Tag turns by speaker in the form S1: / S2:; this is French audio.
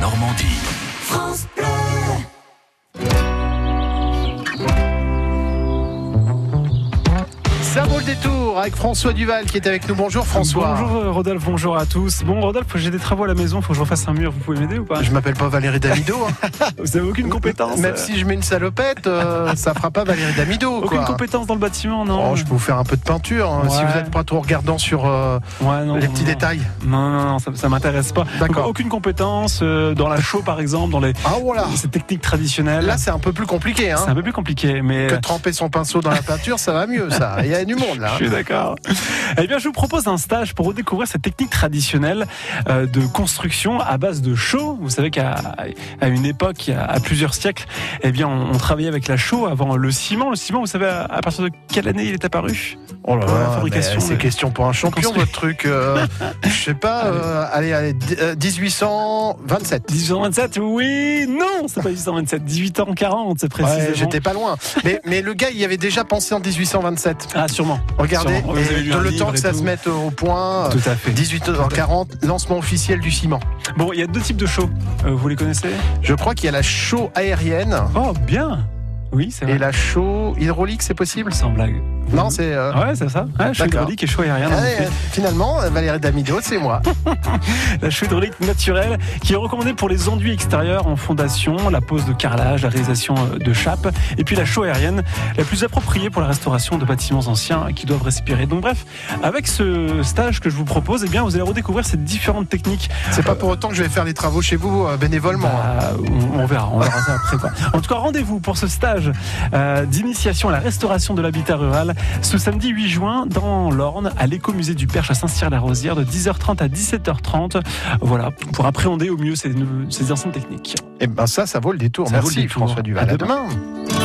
S1: Normandie.
S2: France Bleu.
S3: Ça vaut le détour avec François Duval qui est avec nous. Bonjour François.
S4: Bonjour euh, Rodolphe, bonjour à tous. Bon Rodolphe, j'ai des travaux à la maison, faut que je refasse un mur, vous pouvez m'aider ou pas
S3: Je m'appelle pas Valérie Damido. hein.
S4: Vous avez aucune compétence
S3: Même
S4: euh,
S3: si je mets une salopette, euh, ça fera pas Valérie Damido.
S4: Aucune
S3: quoi.
S4: compétence dans le bâtiment, non
S3: Oh, je peux vous faire un peu de peinture hein, si
S4: Ouais.
S3: vous êtes pas trop regardant sur euh,
S4: Ouais, non,
S3: les petits
S4: non.
S3: détails.
S4: Non, non, non, ça, ça m'intéresse pas.
S3: D'accord.
S4: Donc, Aucune compétence euh, dans la chaux par exemple, dans les
S3: Ah voilà.
S4: ces techniques traditionnelles.
S3: Là, c'est un peu plus compliqué. Hein.
S4: c'est un peu plus compliqué, mais
S3: Que tremper son pinceau dans la peinture, ça va mieux, ça. Il y a du monde là.
S4: Je suis d'accord. Ah. Eh bien, je vous propose un stage pour redécouvrir cette technique traditionnelle euh, de construction à base de chaux. Vous savez qu'à à une époque, il y a- à plusieurs siècles, eh bien, on, on travaillait avec la chaux avant le ciment. Le ciment, vous savez à, à partir de quelle année il est apparu
S3: Oh là
S4: Pour la
S3: mais
S4: fabrication,
S3: c'est
S4: le-
S3: question pour un champion,
S4: construit.
S3: votre truc. euh, je sais pas, euh, allez, allez, d- euh, 1827.
S4: 1827 Oui, non, c'est pas 1827, 1840, c'est
S3: Ouais,
S4: précisément.
S3: j'étais pas loin. Mais, mais le gars, il y avait déjà pensé en 1827.
S4: Ah, sûrement.
S3: Regardez,
S4: Sûrement. Vous avez
S3: et
S4: lu
S3: dans
S4: un
S3: le
S4: livre
S3: temps que
S4: et
S3: ça
S4: tout.
S3: se mette au point, euh,
S4: Tout à fait.
S3: 18h40, lancement officiel du ciment.
S4: Bon, il y a deux types de chaux. Euh, vous les connaissez
S3: Je crois qu'il y a la chaux aérienne
S4: Oh, bien. Oui, c'est vrai.
S3: et la chaux hydraulique, c'est possible
S4: Sans blague.
S3: Non, c'est. euh,
S4: Ouais, c'est ça. Mhm. Ouais, chaux
S3: D'accord.
S4: hydraulique et chaux aérienne. en
S3: ah ouais,
S4: effet.
S3: euh, finalement, Valérie Damido, c'est moi.
S4: La chaux hydraulique naturelle qui est recommandée pour les enduits extérieurs en fondation, la pose de carrelage, la réalisation euh, de chapes, et puis la chaux aérienne, la plus appropriée pour la restauration de bâtiments anciens qui doivent respirer. Donc bref, avec ce stage que je vous propose, eh bien, vous allez redécouvrir ces différentes techniques.
S3: C'est pas pour autant que je vais faire les travaux chez vous euh, bénévolement. hein.
S4: Bah, on, on verra, on verra ça après. quoi. En tout cas, rendez-vous pour ce stage euh, d'initiation à la restauration de l'habitat rural ce samedi 8 juin dans l'Orne à l'écomusée du Perche à Saint-Cyr-la-Rosière de 10h30 à 17h30. Voilà, pour appréhender au mieux ces, ces anciennes techniques.
S3: Et ben ça, ça vaut le détour.
S4: Ça vaut
S3: Merci
S4: le détour.
S3: François Duval.
S4: À
S3: À demain.